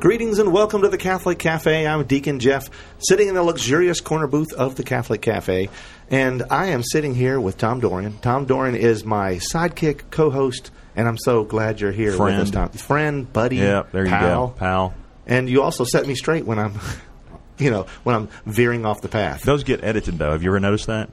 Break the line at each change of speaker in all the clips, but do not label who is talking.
Greetings and welcome to the Catholic Cafe. I'm Deacon Jeff, sitting in the luxurious corner booth of the Catholic Cafe, and I am sitting here with Tom Dorian. Tom Dorian is my sidekick, co-host, and I'm so glad you're here
Friend.
with us, Tom. Friend, buddy,
Yeah, there you
pal.
go, pal.
And you also set me straight when I'm, you know, when I'm veering off the path.
Those get edited though. Have you ever noticed that?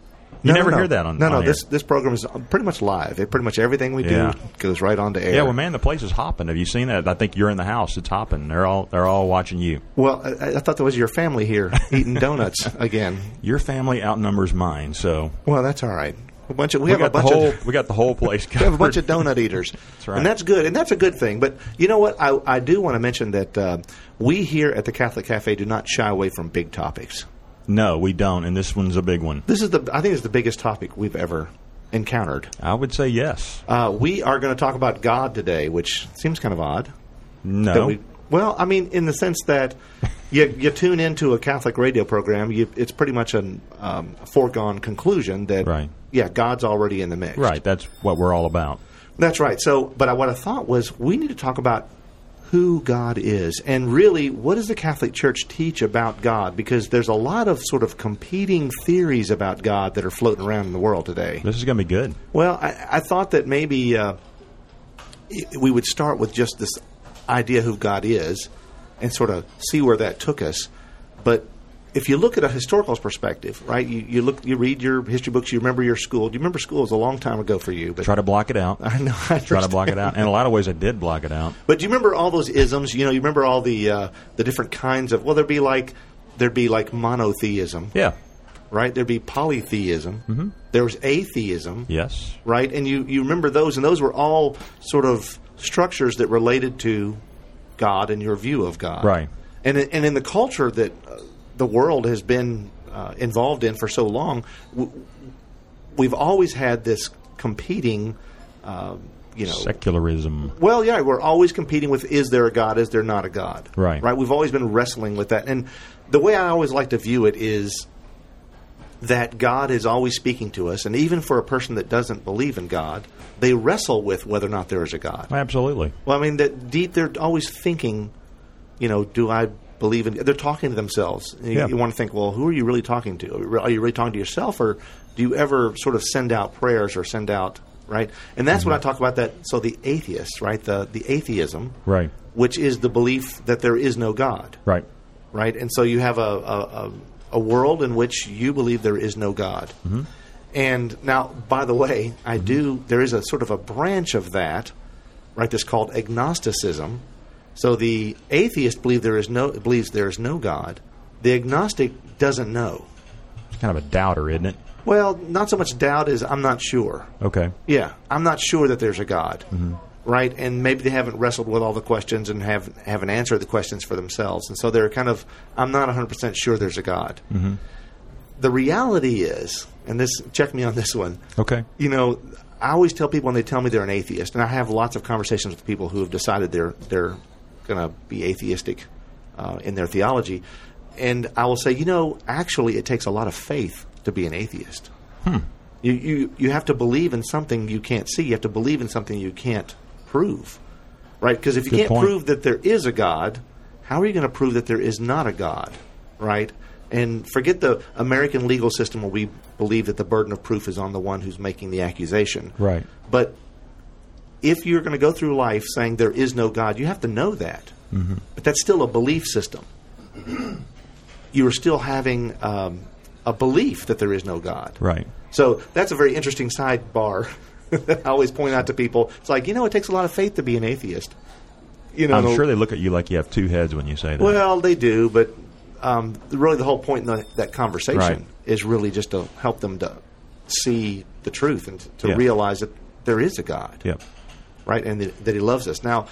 No,
You never
no, no.
hear that on
no, no.
on air.
This this program is pretty much live. It, pretty much everything we
Yeah.
do goes right onto air.
Yeah, well, man, the place is hopping. Have you seen that? I think you're in the house. It's hopping. They're all they're all watching you.
Well, I, I thought there was your family here eating donuts again.
Your family outnumbers mine, so
Well, that's all right. A bunch of we,
we,
have a
got the
bunch
whole
of
we got the whole place. Covered.
We have a bunch of donut eaters,
right.
and that's good, and that's a good thing. But you know what? I, I do want to mention that uh, we here at the Catholic Cafe do not shy away from big topics.
no, we don't, and this one's a big one.
This is the I think it's the biggest topic we've ever encountered.
I would say yes.
Uh, we are going to talk about God today, which seems kind of odd.
No,
That we, well, I mean, in the sense that you, you tune into a Catholic radio program, you, it's pretty much a um, foregone conclusion that
Right.
yeah, God's already in the mix.
right. That's what we're all about.
That's right. So, but I, what I thought was we need to talk about who God is and really what does the Catholic Church teach about God because there's a lot of sort of competing theories about God that are floating around in the world today.
This is going to be good.
Well, I, I thought that maybe uh, i- we would start with just this idea who God is and sort of see where that took us. But if you look at a historical perspective, right? You, you look, you read your history books, you remember your school. You remember school was a long time ago for you, but
Try to block it out.
I know. I
Try to block it
understand.
out. In a lot of ways, I did block it out.
But do you remember all those isms? You know, you remember all the uh, the different kinds of. Well, there'd be like there'd be like monotheism,
Yeah.
right? There'd be polytheism. Mm-hmm. There was atheism,
Yes.
right? And you you remember those, and those were all sort of structures that related to God and your view of God,
Right.
And in- and in the culture that uh, the world has been uh, involved in for so long, w- we've always had this competing. Uh, you know,
Secularism.
well, yeah, we're always competing with is there a God, is there not a God?
Right.
Right? We've always been wrestling with that. And the way I always like to view it is that God is always speaking to us. And even for a person that doesn't believe in God, they wrestle with whether or not there is a God.
Absolutely.
Well, I mean, that deep, they're always thinking, you know, do I believe in. They're talking to themselves. You,
Yeah.
you want to think, well, who are you really talking to? Are you really talking to yourself? Or do you ever sort of send out prayers or send out. Right, and that's
Mm-hmm.
when I talk about that. So the atheist, right, the the atheism,
Right.
which is the belief that there is no God,
Right.
right? And so you have a, a, a, a world in which you believe there is no God. And now, by the way, I do, there is a sort of a branch of that, right, that's called agnosticism. So the atheist believe there is no, believes there is no God. The agnostic doesn't know.
It's kind of a doubter, isn't it?
Well, not so much doubt as I'm not sure.
Okay.
Yeah, I'm not sure that there's a God, right? And maybe they haven't wrestled with all the questions and have haven't answered the questions for themselves, and so they're kind of I'm not 100 percent sure there's a God. The reality is, and this check me on this one.
Okay.
You know, I always tell people when they tell me they're an atheist, and I have lots of conversations with people who have decided they're they're going to be atheistic uh, in their theology, and I will say, you know, actually, it takes a lot of faith to be an atheist.
Hmm.
You, you, you have to believe in something you can't see. You have to believe in something you can't prove, right? Because if you
Good
can't
point.
prove that there is a God, how are you going to prove that there is not a God, right? And forget the American legal system where we believe that the burden of proof is on the one who's making the accusation.
Right.
But if you're going to go through life saying there is no God, you have to know that.
Mm-hmm.
But that's still a belief system. You are still having um, a belief that there is no God.
Right.
So that's a very interesting sidebar that I always point out to people. It's like, you know, it takes a lot of faith to be an atheist. You know,
I'm sure they look at you like you have two heads when you say that.
well, they do, but um, really the whole point in the, that conversation
Right.
is really just to help them to see the truth and to
Yeah.
realize that there is a God
yep.
right? And that, that he loves us. Now,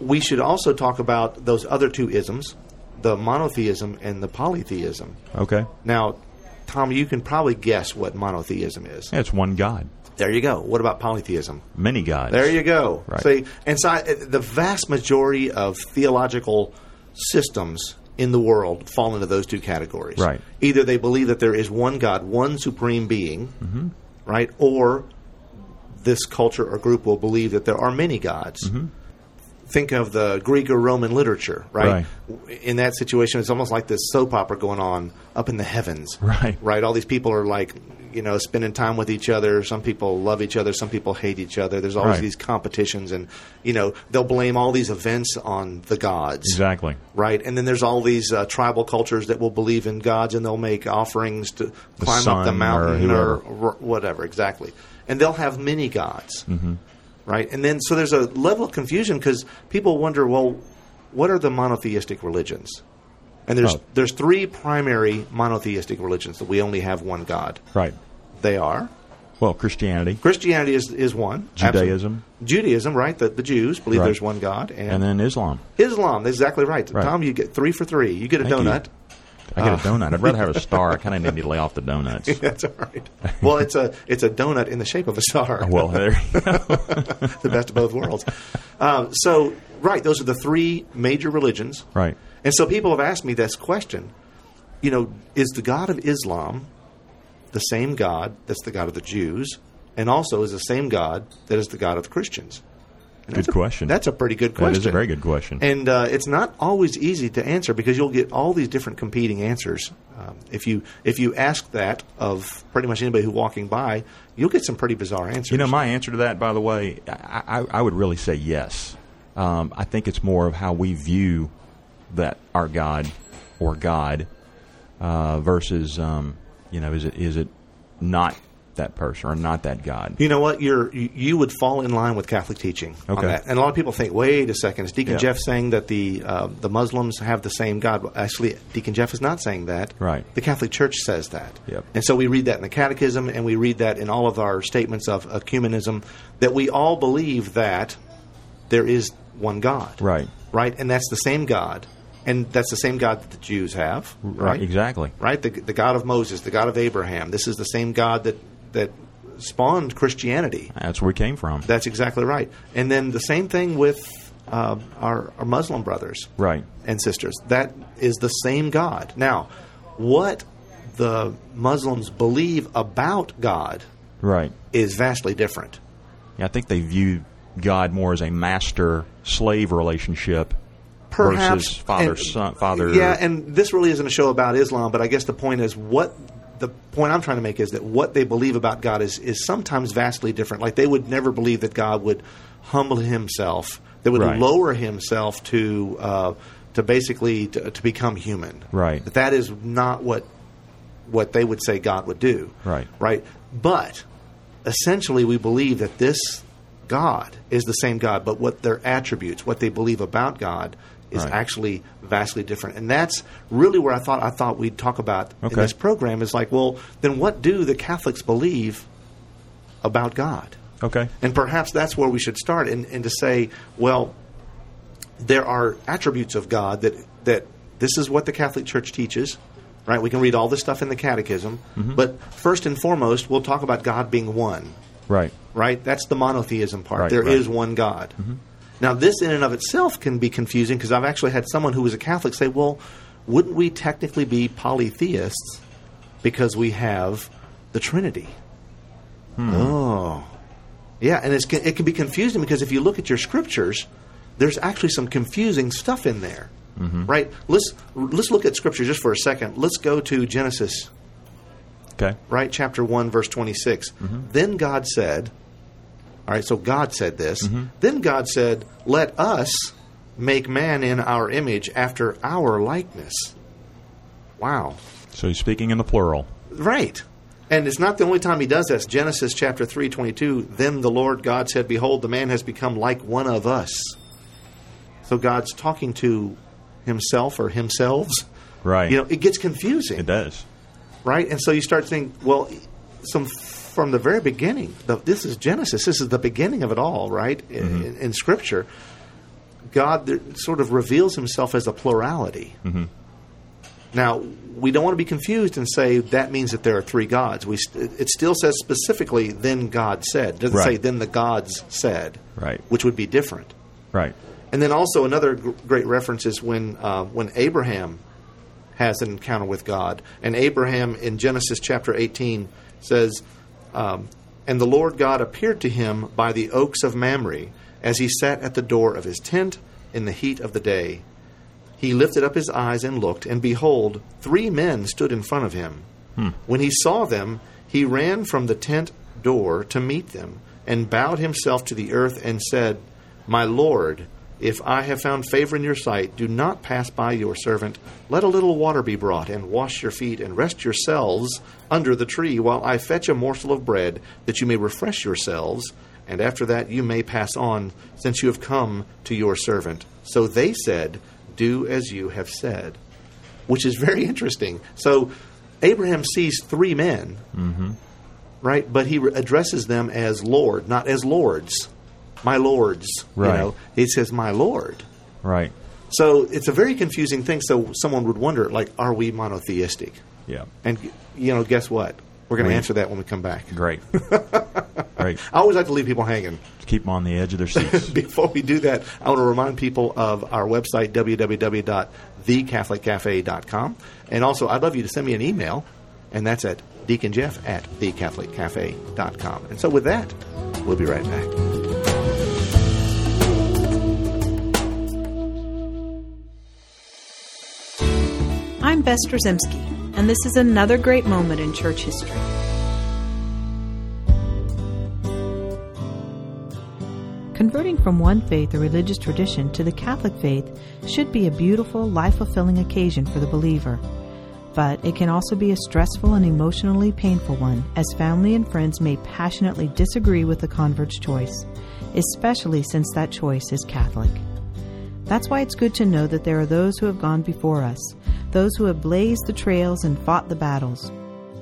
we should also talk about those other two isms, the monotheism and the polytheism.
Okay.
Now, Tom, you can probably guess what monotheism is.
Yeah, it's one God.
There you go. What about polytheism?
Many gods.
There you go.
Right.
See, and so I, the vast majority of theological systems in the world fall into those two categories.
Right.
Either they believe that there is one God, one supreme being,
Mm-hmm.
right, or this culture or group will believe that there are many gods.
Mm-hmm.
Think of the Greek or Roman literature, right? In that situation, it's almost like this soap opera going on up in the heavens,
Right.
Right. All these people are like, you know, spending time with each other. Some people love each other. Some people hate each other. There's always
Right.
these competitions, and you know, they'll blame all these events on the gods,
Exactly.
right? And then there's all these uh, tribal cultures that will believe in gods, and they'll make offerings to climb up
sun
the
or
mountain
whoever.
or, r- whatever, exactly. And they'll have many gods,
Mm-hmm.
right? And then so there's a level of confusion because people wonder, well, what are the monotheistic religions? And there's
Oh.
there's three primary monotheistic religions that we only have one God.
Right.
They are
Well, Christianity,
Christianity is, is one. absolutely.
Judaism,
Judaism, right? The, the Jews believe
Right.
there's one God, and,
and then Islam.
Islam. That's exactly right.
Right.
Tom, you get three for three. You get a
Thank you.
donut.
I
Ah.
get a donut. I'd rather have a star. I kind of need to lay off the donuts.
That's all right. Well, it's a it's a donut in the shape of a star.
Well, there. you go.
the best of both worlds. Um, so, right, those are the three major religions.
Right.
And so people have asked me this question. You know, is the God of Islam the same God that's the God of the Jews, and also is the same God that is the God of the Christians?
Good question.
That's a pretty good
That
question.
is a very good question.
And uh, it's not always easy to answer because you'll get all these different competing answers. Um, if you if you ask that of pretty much anybody who's walking by, you'll get some pretty bizarre answers.
You know, my answer to that, by the way, I, I, I would really say yes. Um, I think it's more of how we view that our God or God uh, versus, um, you know, is it is it not that person or not that God?
You know what? You're you, you would fall in line with Catholic teaching on
Okay.
that. And a lot of people think, wait a second, is Deacon
Yeah.
Jeff saying that the uh, the Muslims have the same God? Well, Actually, Deacon Jeff is not saying that.
Right.
The Catholic Church says that.
Yep.
And so we read that in the Catechism, and we read that in all of our statements of ecumenism that we all believe that there is one God.
Right.
Right. And that's the same God, and that's the same God that the Jews have. Right
Exactly.
right? The, the God of Moses, the God of Abraham. This is the same God that that spawned Christianity.
That's where we came from.
That's exactly right. And then the same thing with uh, our, our Muslim brothers
right.
and sisters. That is the same God. Now, what the Muslims believe about God
Right.
is vastly different.
Yeah, I think they view God more as a master slave relationship
Perhaps
versus father
and-
son father.
Yeah, and this really isn't a show about Islam, but I guess the point is what the point I'm trying to make is that what they believe about God is is sometimes vastly different. Like they would never believe that God would humble Himself, that would
Right.
lower Himself to uh, to basically to, to become human.
Right.
That that is not what what they would say God would do.
Right.
Right. But essentially, we believe that this God is the same God, but what their attributes, what they believe about God, is
Right.
actually vastly different. And that's really where I thought I thought we'd talk about in
Okay.
this program is like, well, then what do the Catholics believe about God?
okay.
And perhaps that's where we should start and, and to say, well, there are attributes of God that, that this is what the Catholic Church teaches, right? We can read all this stuff in the Catechism. But first and foremost, we'll talk about God being one,
Right.
right? That's the monotheism part.
Right,
There is
right. Mm-hmm.
one God. Now, this in and of itself can be confusing because I've actually had someone who was a Catholic say, well, wouldn't we technically be polytheists because we have the Trinity?
Hmm.
Oh. Yeah, and it's, it can be confusing because if you look at your scriptures, there's actually some confusing stuff in there,
Mm-hmm.
right? Let's let's look at scripture just for a second. Let's go to Genesis,
Okay.
right, chapter one, verse 26 Then God said, "All right, so God said this. Then God said, "Let us make man in our image, after our likeness." Wow,
So he's speaking in the plural.
Right. And it's not the only time he does this. Genesis chapter 3, 22. Then the Lord God said, Behold, the man has become like one of us. So God's talking to himself or himselves.
Right.
You know, it gets confusing,
it does.
right? And so you start thinking, well, some from the very beginning, the, this is Genesis. This is the beginning of it all, right? In,
Mm-hmm.
in, in Scripture,
Mm-hmm.
God there, sort of reveals himself as a plurality. Now, we don't want to be confused and say that means that there are three gods. We st- it still says specifically, then God said. It doesn't
Right.
say, then the gods said,
Right.
which would be different.
Right.
And then also another gr- great reference is when uh, when Abraham has an encounter with God, and Abraham in Genesis chapter eighteen says, um, "And the Lord God appeared to him by the oaks of Mamre as he sat at the door of his tent in the heat of the day. He lifted up his eyes and looked, and behold, three men stood in front of him. When he saw them, he ran from the tent door to meet them, and bowed himself to the earth and said, My Lord, if I have found favor in your sight, do not pass by your servant. Let a little water be brought, and wash your feet, and rest yourselves under the tree, while I fetch a morsel of bread, that you may refresh yourselves, and after that you may pass on, since you have come to your servant. So they said, Do as you have said. Which is very interesting. So Abraham sees three men, right? But he re- addresses them as Lord, not as lords. My lords.
Right.
You know, he says, My Lord.
Right.
So it's a very confusing thing. So someone would wonder, like, are we monotheistic?
Yeah.
And, you know, guess what? We're going to
We-
answer that when we come back.
Great. Great.
I always like to leave people hanging.
Keep them on the edge of their seats.
Before we do that, I want to remind people of our website, www.thecatholiccafe.com. And also, I'd love you to send me an email, and that's at deaconjeff at thecatholiccafe.com. And so, with that, we'll be right back.
I'm Bess Drzymski, and this is another great moment in church history. Converting from one faith or religious tradition to the Catholic faith should be a beautiful, life fulfilling occasion for the believer. But it can also be a stressful and emotionally painful one, as family and friends may passionately disagree with the convert's choice, especially since that choice is Catholic. That's why it's good to know that there are those who have gone before us, those who have blazed the trails and fought the battles.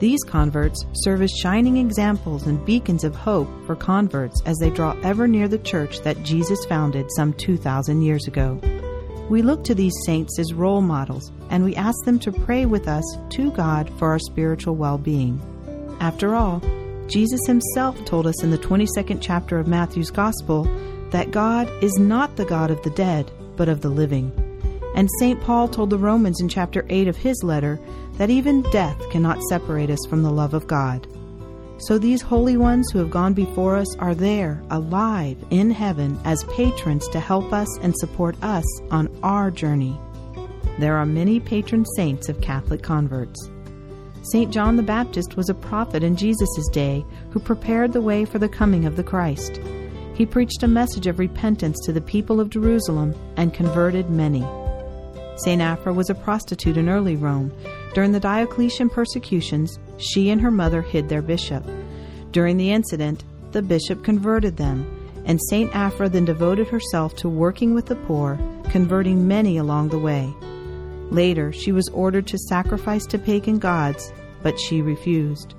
These converts serve as shining examples and beacons of hope for converts as they draw ever near the church that Jesus founded some 2,000 years ago. We look to these saints as role models and we ask them to pray with us to God for our spiritual well being. After all, Jesus himself told us in the 22nd chapter of Matthew's Gospel that God is not the God of the dead, but of the living. And St. Paul told the Romans in chapter 8 of his letter that even death cannot separate us from the love of God. So these holy ones who have gone before us are there, alive, in heaven, as patrons to help us and support us on our journey. There are many patron saints of Catholic converts. St. John the Baptist was a prophet in Jesus' day who prepared the way for the coming of the Christ. He preached a message of repentance to the people of Jerusalem and converted many. St. Afra was a prostitute in early Rome. During the Diocletian persecutions, she and her mother hid their bishop. During the incident, the bishop converted them, and St. Afra then devoted herself to working with the poor, converting many along the way. Later, she was ordered to sacrifice to pagan gods, but she refused.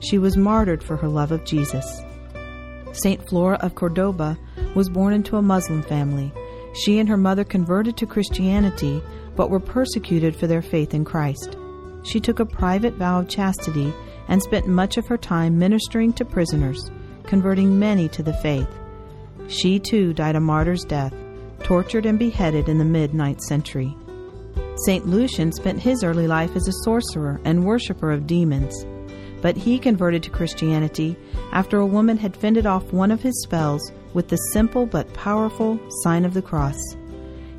She was martyred for her love of Jesus. St. Flora of Cordoba was born into a Muslim family. She and her mother converted to Christianity, but were persecuted for their faith in Christ. She took a private vow of chastity and spent much of her time ministering to prisoners, converting many to the faith. She too died a martyr's death, tortured and beheaded in the mid ninth century. St. Lucian spent his early life as a sorcerer and worshiper of demons, but he converted to Christianity after a woman had fended off one of his spells with the simple but powerful sign of the cross.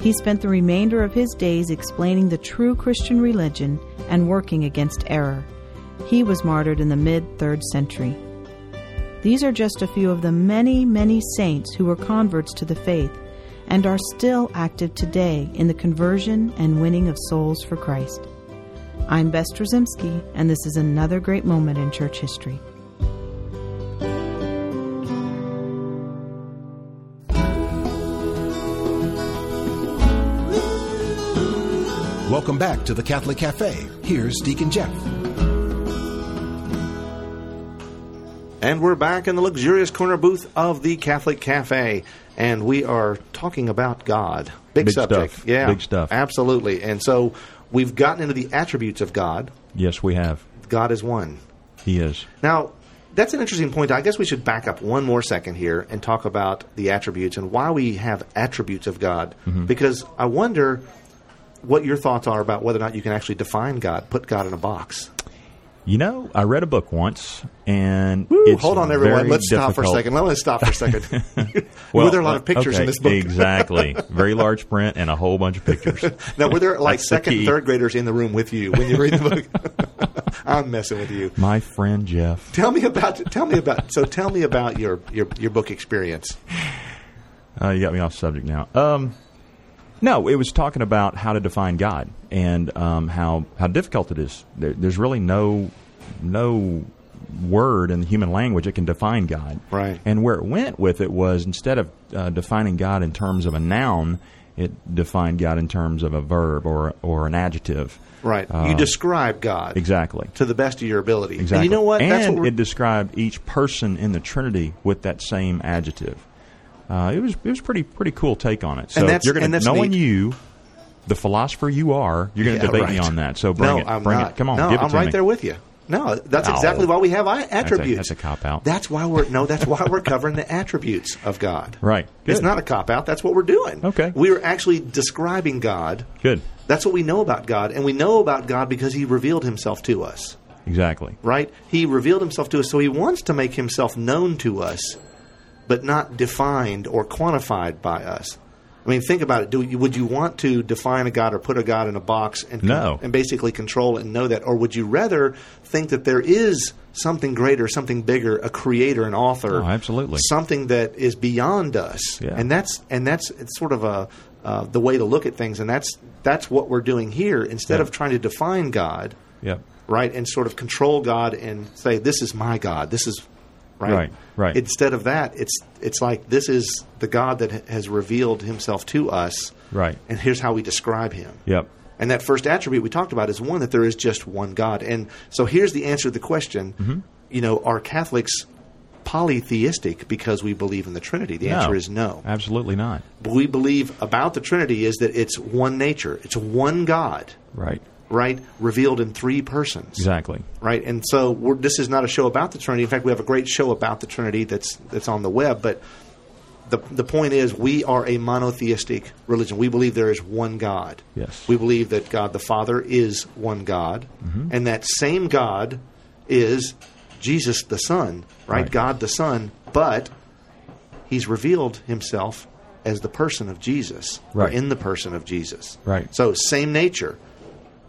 He spent the remainder of his days explaining the true Christian religion and working against error. He was martyred in the mid 3rd century. These are just a few of the many, many saints who were converts to the faith and are still active today in the conversion and winning of souls for Christ. I'm Bess Drzymski, and this is another great moment in church history.
Welcome back to the Catholic Cafe. Here's Deacon Jeff.
And we're back in the luxurious corner booth of the Catholic Cafe, and we are talking about God. Big,
Big
subject,
stuff.
yeah,
Big stuff.
absolutely. And so We've gotten into the attributes of God.
Yes, we have.
God is one.
He is.
Now, that's an interesting point. I guess we should back up one more second here and talk about the attributes and why we have attributes of God.
Mm-hmm.
Because I wonder what your thoughts are about whether or not you can actually define God, put God in a box.
You know, I read a book once, and
Ooh,
it's
hold on, everyone.
very
Let's stop for a
difficult-
second. Let- Let's stop for a second.
Well,
were there a lot of
uh,
pictures
okay,
in this book?
exactly. Very large print and a whole bunch of pictures.
now, were there like
That's the
second,
key.
third graders in the room with you when you read the book? I'm messing with you.
My friend Jeff.
Tell me about. Tell me about. So, tell me about your your, your book experience.
Uh, you got me off subject now. Um, no, it was talking about how to define God and um, how how difficult it is. There, there's really no no word in the human language that can define God.
Right.
And where it went with it was instead of uh, defining God in terms of a noun, it defined God in terms of a verb or or an adjective.
Right.
Uh,
you describe God
exactly.
to the best of your ability. And
Exactly.
you know what?
And
That's what we're,
it described each person in the Trinity with that same adjective. Uh, it was it was pretty pretty cool take on it. So
that's-
you're going
and
to
that's
knowing
neat.
you, the philosopher you are, you're going to
Yeah,
debate
right.
me on that. So bring
no,
it,
I'm
bring
not.
it. Come on,
no,
give it
I'm
to
right
me.
there with you. No, that's
No.
exactly why we have I- attributes.
that's a cop-out.
That's why we're no. That's why we're covering the attributes of God.
Right.
It's
Good.
not a cop out. That's what we're doing.
Okay.
We are actually describing God.
Good,
That's what we know about God, and we know about God because He revealed Himself to us.
exactly.
Right? He revealed Himself to us, so He wants to make Himself known to us, but not defined or quantified by us. I mean, think about it. Do you, would you want to define a God or put a God in a box and
No.
and basically control it and know that, or would you rather think that there is something greater, something bigger, a creator, an author,
Oh, absolutely.
something that is beyond us?
Yeah.
And that's and that's it's sort of a uh, the way to look at things, and that's that's what we're doing here. Instead
Yeah.
of trying to define God,
Yep.
right, and sort of control God and say, "This is my God. This is." Right?
Right, right.
Instead of that, it's it's like this is the God that has revealed Himself to us,
Right.
And here's how we describe Him.
Yep.
And that first attribute we talked about is one that there is just one God. And so here's the answer to the question.
Mm-hmm.
You know, are Catholics polytheistic because we believe in the Trinity? The answer is no.
Absolutely not.
We believe about the Trinity is that it's one nature, it's one God,
Right.
right? Revealed in three persons.
Exactly.
Right, and so we're, this is not a show about the Trinity. In fact, we have a great show about the Trinity that's that's on the web. But the the point is, we are a monotheistic religion. We believe there is one God.
Yes.
we believe that God the Father is one God,
Mm-hmm.
and that same God is Jesus the Son.
Right.
right, God the Son, but He's revealed Himself as the person of Jesus, or
Right.
in the person of Jesus.
Right.
So same nature,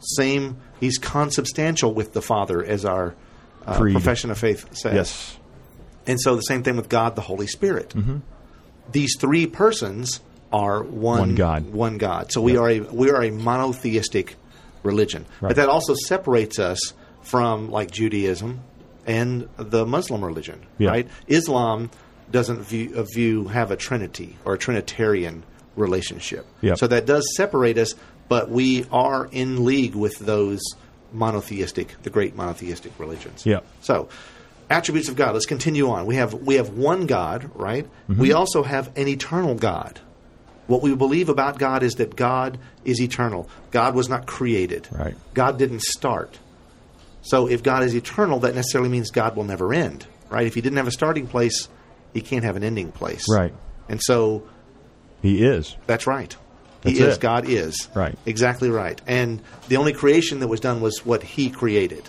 same. He's consubstantial with the Father, as our uh,
Creed.
profession of faith says.
Yes.
And so the same thing with God, the Holy Spirit.
Mm-hmm.
These three persons are one,
One God.
One God. So we are a we are a monotheistic religion,
Right.
but that also separates us from like Judaism and the Muslim religion,
Yeah.
right? Islam doesn't view, uh, view have a trinity or a trinitarian relationship.
Yep.
So that does separate us, but we are in league with those monotheistic, the great monotheistic religions.
Yep.
So, attributes of God. Let's continue on. We have we have one God, right?
Mm-hmm.
We also have an eternal God. What we believe about God is that God is eternal. God was not created.
Right.
God didn't start. So if God is eternal, that necessarily means God will never end, right? If he didn't have a starting place, he can't have an ending place.
Right.
And so
He is.
that's right. he
That's
is
it.
God is.
Right.
Exactly right. And the only creation that was done was what he created.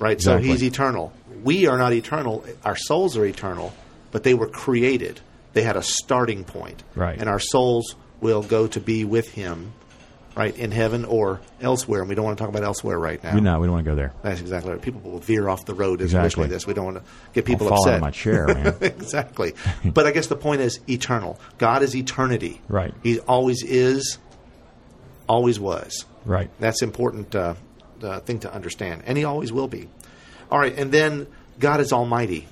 Right?
Exactly.
So he's eternal. We are not eternal. Our souls are eternal, but they were created. They had a starting point.
Right.
And our souls will go to be with him, right, in heaven or elsewhere. And we don't want to talk about elsewhere right now.
We no, we don't want to go there.
That's exactly right. People will veer off the road as
Exactly.
exactly. listening to this. We don't want to get
I'll
people
fall
upset
out of my chair, man.
exactly. But I guess the point is eternal. God is eternity.
Right.
He always is, always was.
right.
That's important uh, uh, thing to understand, and He always will be. All right, and then God is Almighty.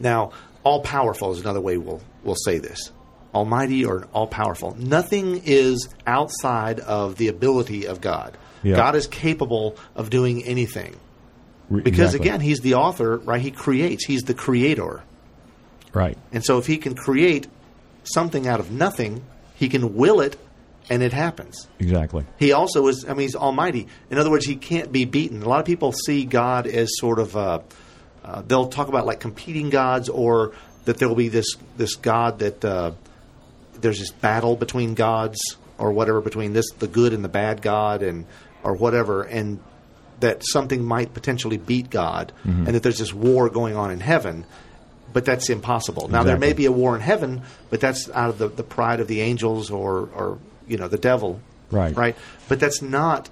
Now, all powerful is another way we'll we'll say this. Almighty or all powerful. Nothing is outside of the ability of God.
Yeah.
God is capable of doing anything.
Re-
Because
exactly.
again, he's the author, right? He creates. He's the creator.
right.
And so if he can create something out of nothing, he can will it and it happens.
Exactly.
He also is, I mean, he's almighty. In other words, he can't be beaten. A lot of people see God as sort of, uh, uh, they'll talk about like competing gods or that there will be this, this God that uh, there's this battle between gods or whatever, between this, the good and the bad God and, or whatever, and that something might potentially beat God and that there's this war going on in heaven. But that's impossible. Now there may
Exactly.
be a war in heaven, but that's out of the, the pride of the angels or, or you know the devil
Right.
right? But that's not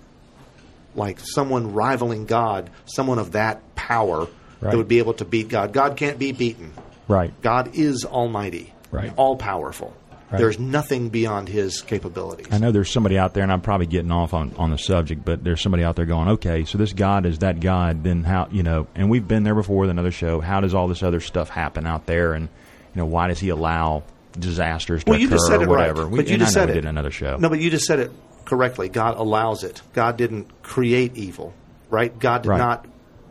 like someone rivaling God, someone of that power
Right.
that would be able to beat God. God can't be beaten.
Right.
God is almighty,
Right.
all powerful.
Right.
There's nothing beyond his capabilities.
I know there's somebody out there, and I'm probably getting off on, on the subject, but there's somebody out there going, okay, so this God is that God, then how, you know, and we've been there before with another show. How does all this other stuff happen out there, and, you know, why does he allow disasters to
well, you
occur
just said it
or whatever?
right.
We,
but you
and
just
I know
said
we
it.
did another show.
No, but you just said it correctly. God allows it. God didn't create evil, right? God did
Right.
not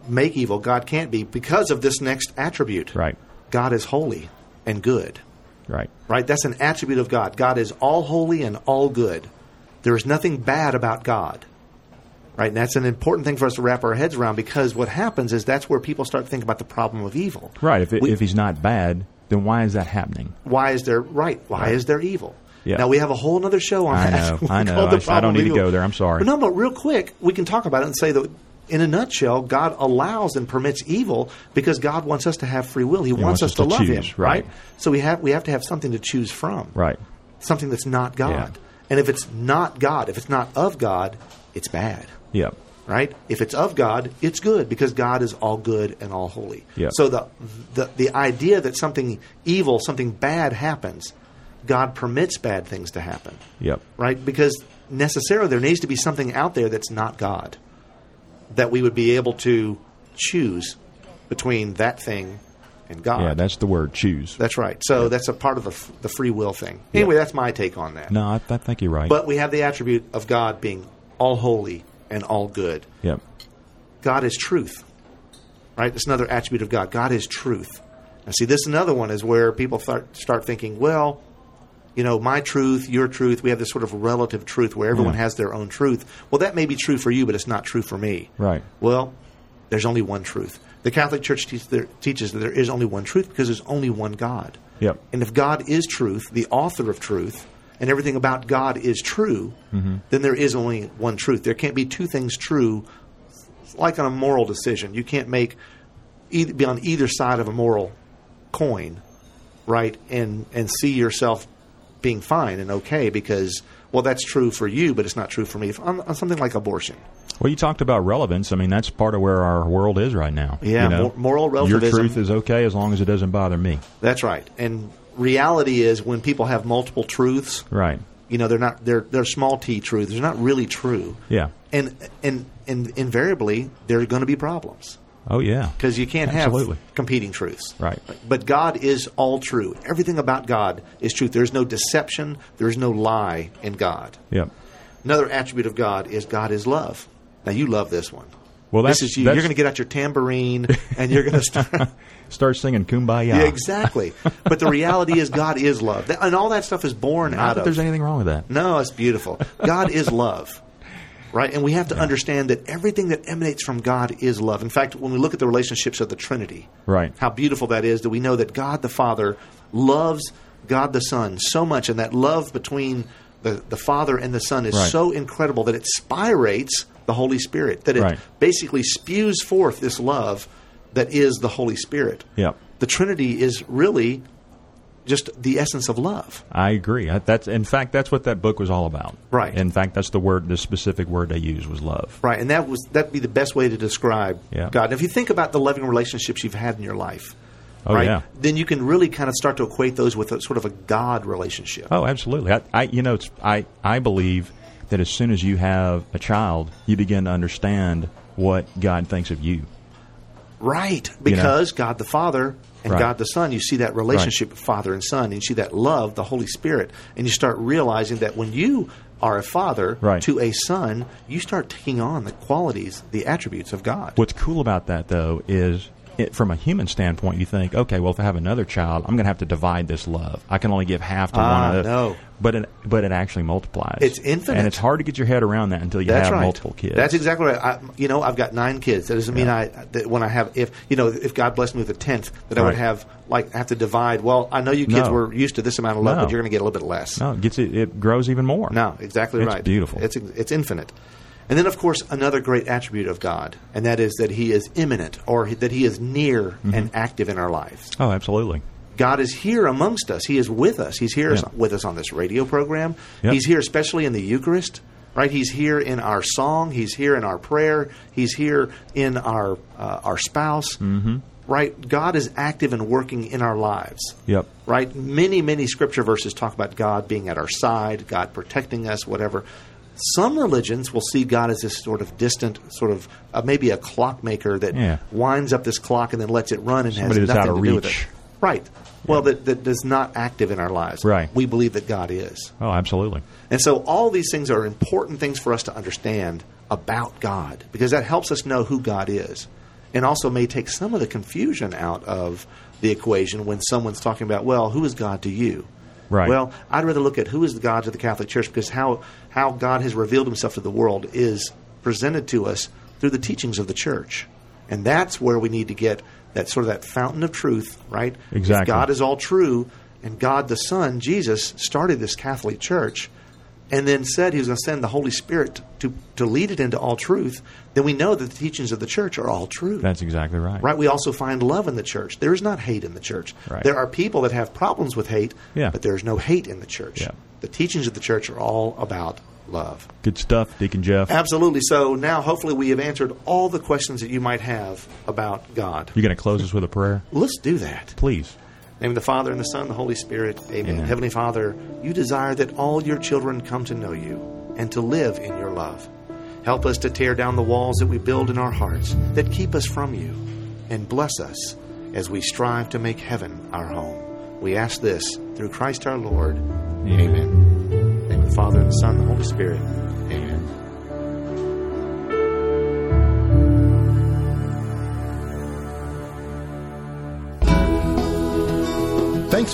make evil. God can't be because of this next attribute.
Right.
God is holy and good.
Right.
right? That's an attribute of God. God is all holy and all good. There is nothing bad about God, right? And that's an important thing for us to wrap our heads around because what happens is that's where people start thinking about the problem of evil.
Right. If, it,
We-
if he's not bad, then why is that happening?
Why is there right? Why is there evil?
Yeah.
Now we have a whole other show on
I
that.
know, I know.
called
I
The
s- I don't
Problem
need to
of Evil.
go there. I'm sorry.
But no, but real quick, we can talk about it and say that in a nutshell, God allows and permits evil because God wants us to have free will. He,
wants us
to,
to
love
choose,
Him,
right.
So we have we have to have something to choose from,
Right.
something that's not God.
Yeah.
And if it's not God, if it's not of God, it's bad,
Yeah.
right? If it's of God, it's good because God is all good and all holy.
Yeah.
So the, the the idea that something evil, something bad happens, God permits bad things to happen,
Yep.
right? Because necessarily there needs to be something out there that's not God that we would be able to choose between that thing and God.
Yeah, that's the word, choose.
That's right. So that's a part of the, f- the free will thing. Anyway, that's my take on that.
No, I, I think you're right.
But we have the attribute of God being all holy and all good.
yep.
God is truth, right? That's another attribute of God. God is truth. And see, this is another one is where people start, start thinking, well, you know, my truth, your truth. We have this sort of relative truth where everyone
Yeah.
has their own truth. Well, that may be true for you, but it's not true for me.
Right.
Well, there's only one truth. The Catholic Church teach there, teaches that there is only one truth because there's only one God.
Yep.
And if God is truth, the author of truth, and everything about God is true, then there is only one truth. There can't be two things true, It's like on a moral decision. You can't make either, be on either side of a moral coin, right? And and see yourself being fine and okay because well, that's true for you, but it's not true for me. If, on, on something like abortion,
Well, you talked about relevance. I mean, that's part of where our world is right now.
Yeah,
you know?
mor- moral
Your
relativism.
truth is okay as long as it doesn't bother me.
that's right. And reality is when people have multiple truths,
Right.
you know they're not they're they're small t truths they're not really true
Yeah.
and and and invariably there are going to be problems
Oh yeah.
because you can't
Absolutely.
have competing truths
Right.
but god is all true everything about god is truth there's no deception there's no lie in god
Yep.
another attribute of god is god is love now you love this one
Well, that's
this is you
That's,
you're going to get out your tambourine and you're going to start
start singing "Kumbaya."
Yeah, exactly but the reality is god is love That- and all that stuff is born
Not
out
that
of
there's anything wrong with that.
No, it's beautiful. God is love. Right? And we have to understand that everything that emanates from God is love. In fact, when we look at the relationships of the Trinity,
Right.
how beautiful that is that we know that God the Father loves God the Son so much, and that love between the, the Father and the Son is
Right.
so incredible that it spirates the Holy Spirit, that it
Right.
basically spews forth this love that is the Holy Spirit.
Yep.
The Trinity is really just the essence of love.
I agree. I, that's in fact that's what that book was all about.
Right.
In fact, that's the word. The specific word they used was love.
Right, and that was that'd be the best way to describe
Yeah.
God. And if you think about the loving relationships you've had in your life,
Oh,
right,
yeah.
then you can really kind of start to equate those with a sort of a God relationship.
Oh, absolutely. I, I you know, it's, I I believe that as soon as you have a child, you begin to understand what God thinks of you.
Right, because God the Father and
Right.
God the Son, you see that relationship of father and son, and you see that love, the Holy Spirit, and you start realizing that when you are a father
Right.
to a son, you start taking on the qualities, the attributes of God.
What's cool about that though is it, from a human standpoint, you think, okay, well, if I have another child, I'm going to have to divide this love. I can only give half to
Ah,
one of
no.
But it, but it actually multiplies.
It's infinite.
and it's hard to get your head around that until you
That's
have
right.
multiple kids.
That's exactly right. I, you know, I've got nine kids. That doesn't mean I that when I have if you know if God blessed me with a tenth that I would
Right.
have like have to divide. Well, I know you kids
No.
were used to this amount of love,
No.
but you're going to get a little bit less.
no, it gets it, it grows even more.
No, exactly
It's
right.
beautiful.
It's it's infinite. And then, of course, another great attribute of God, and that is that He is imminent, or that He is near
Mm-hmm.
and active in our lives.
Oh, absolutely.
God is here amongst us. He is with us. He's here
Yeah.
with us on this radio program.
Yep.
He's here, especially in the Eucharist, right? He's here in our song. He's here in our prayer. He's here in our uh, our spouse, mm-hmm. right? God is active and working in our lives.
Yep.
Right? Many many scripture verses talk about God being at our side, God protecting us, whatever. Some religions will see God as this sort of distant, sort of uh, maybe a clockmaker that
Yeah.
winds up this clock and then lets it run and
Somebody
has
that's
nothing
out of
to do with
reach.
it. Right. Well, that, that is not active in our lives.
Right.
We believe that God is.
Oh, absolutely.
And so all these things are important things for us to understand about God because that helps us know who God is and also may take some of the confusion out of the equation when someone's talking about, well, who is God to you?
Right.
Well, I'd rather look at who is the God to the Catholic Church because how, how God has revealed himself to the world is presented to us through the teachings of the church. And that's where we need to get that sort of that fountain of truth, right? If
Exactly.
God is all true, and God the Son, Jesus, started this Catholic Church and then said he was going to send the Holy Spirit to, to lead it into all truth, then we know that the teachings of the church are all true.
That's exactly right.
Right, we also find love in the church. There is not hate in the church.
Right.
There are people that have problems with hate,
Yeah.
but there is no hate in the church.
Yeah.
The teachings of the church are all about love.
Good stuff, Deacon Jeff.
Absolutely. So now, hopefully, we have answered all the questions that you might have about God.
You're going to close us with a prayer?
Let's do that.
Please.
In the name of the Father and the Son and the Holy Spirit. Amen.
Amen.
Heavenly Father, you desire that all your children come to know you and to live in your love. Help us to tear down the walls that we build in our hearts that keep us from you, and bless us as we strive to make heaven our home. We ask this through Christ our Lord. Amen. In the name of the Father and the Son and the Holy Spirit. Amen.
Thanks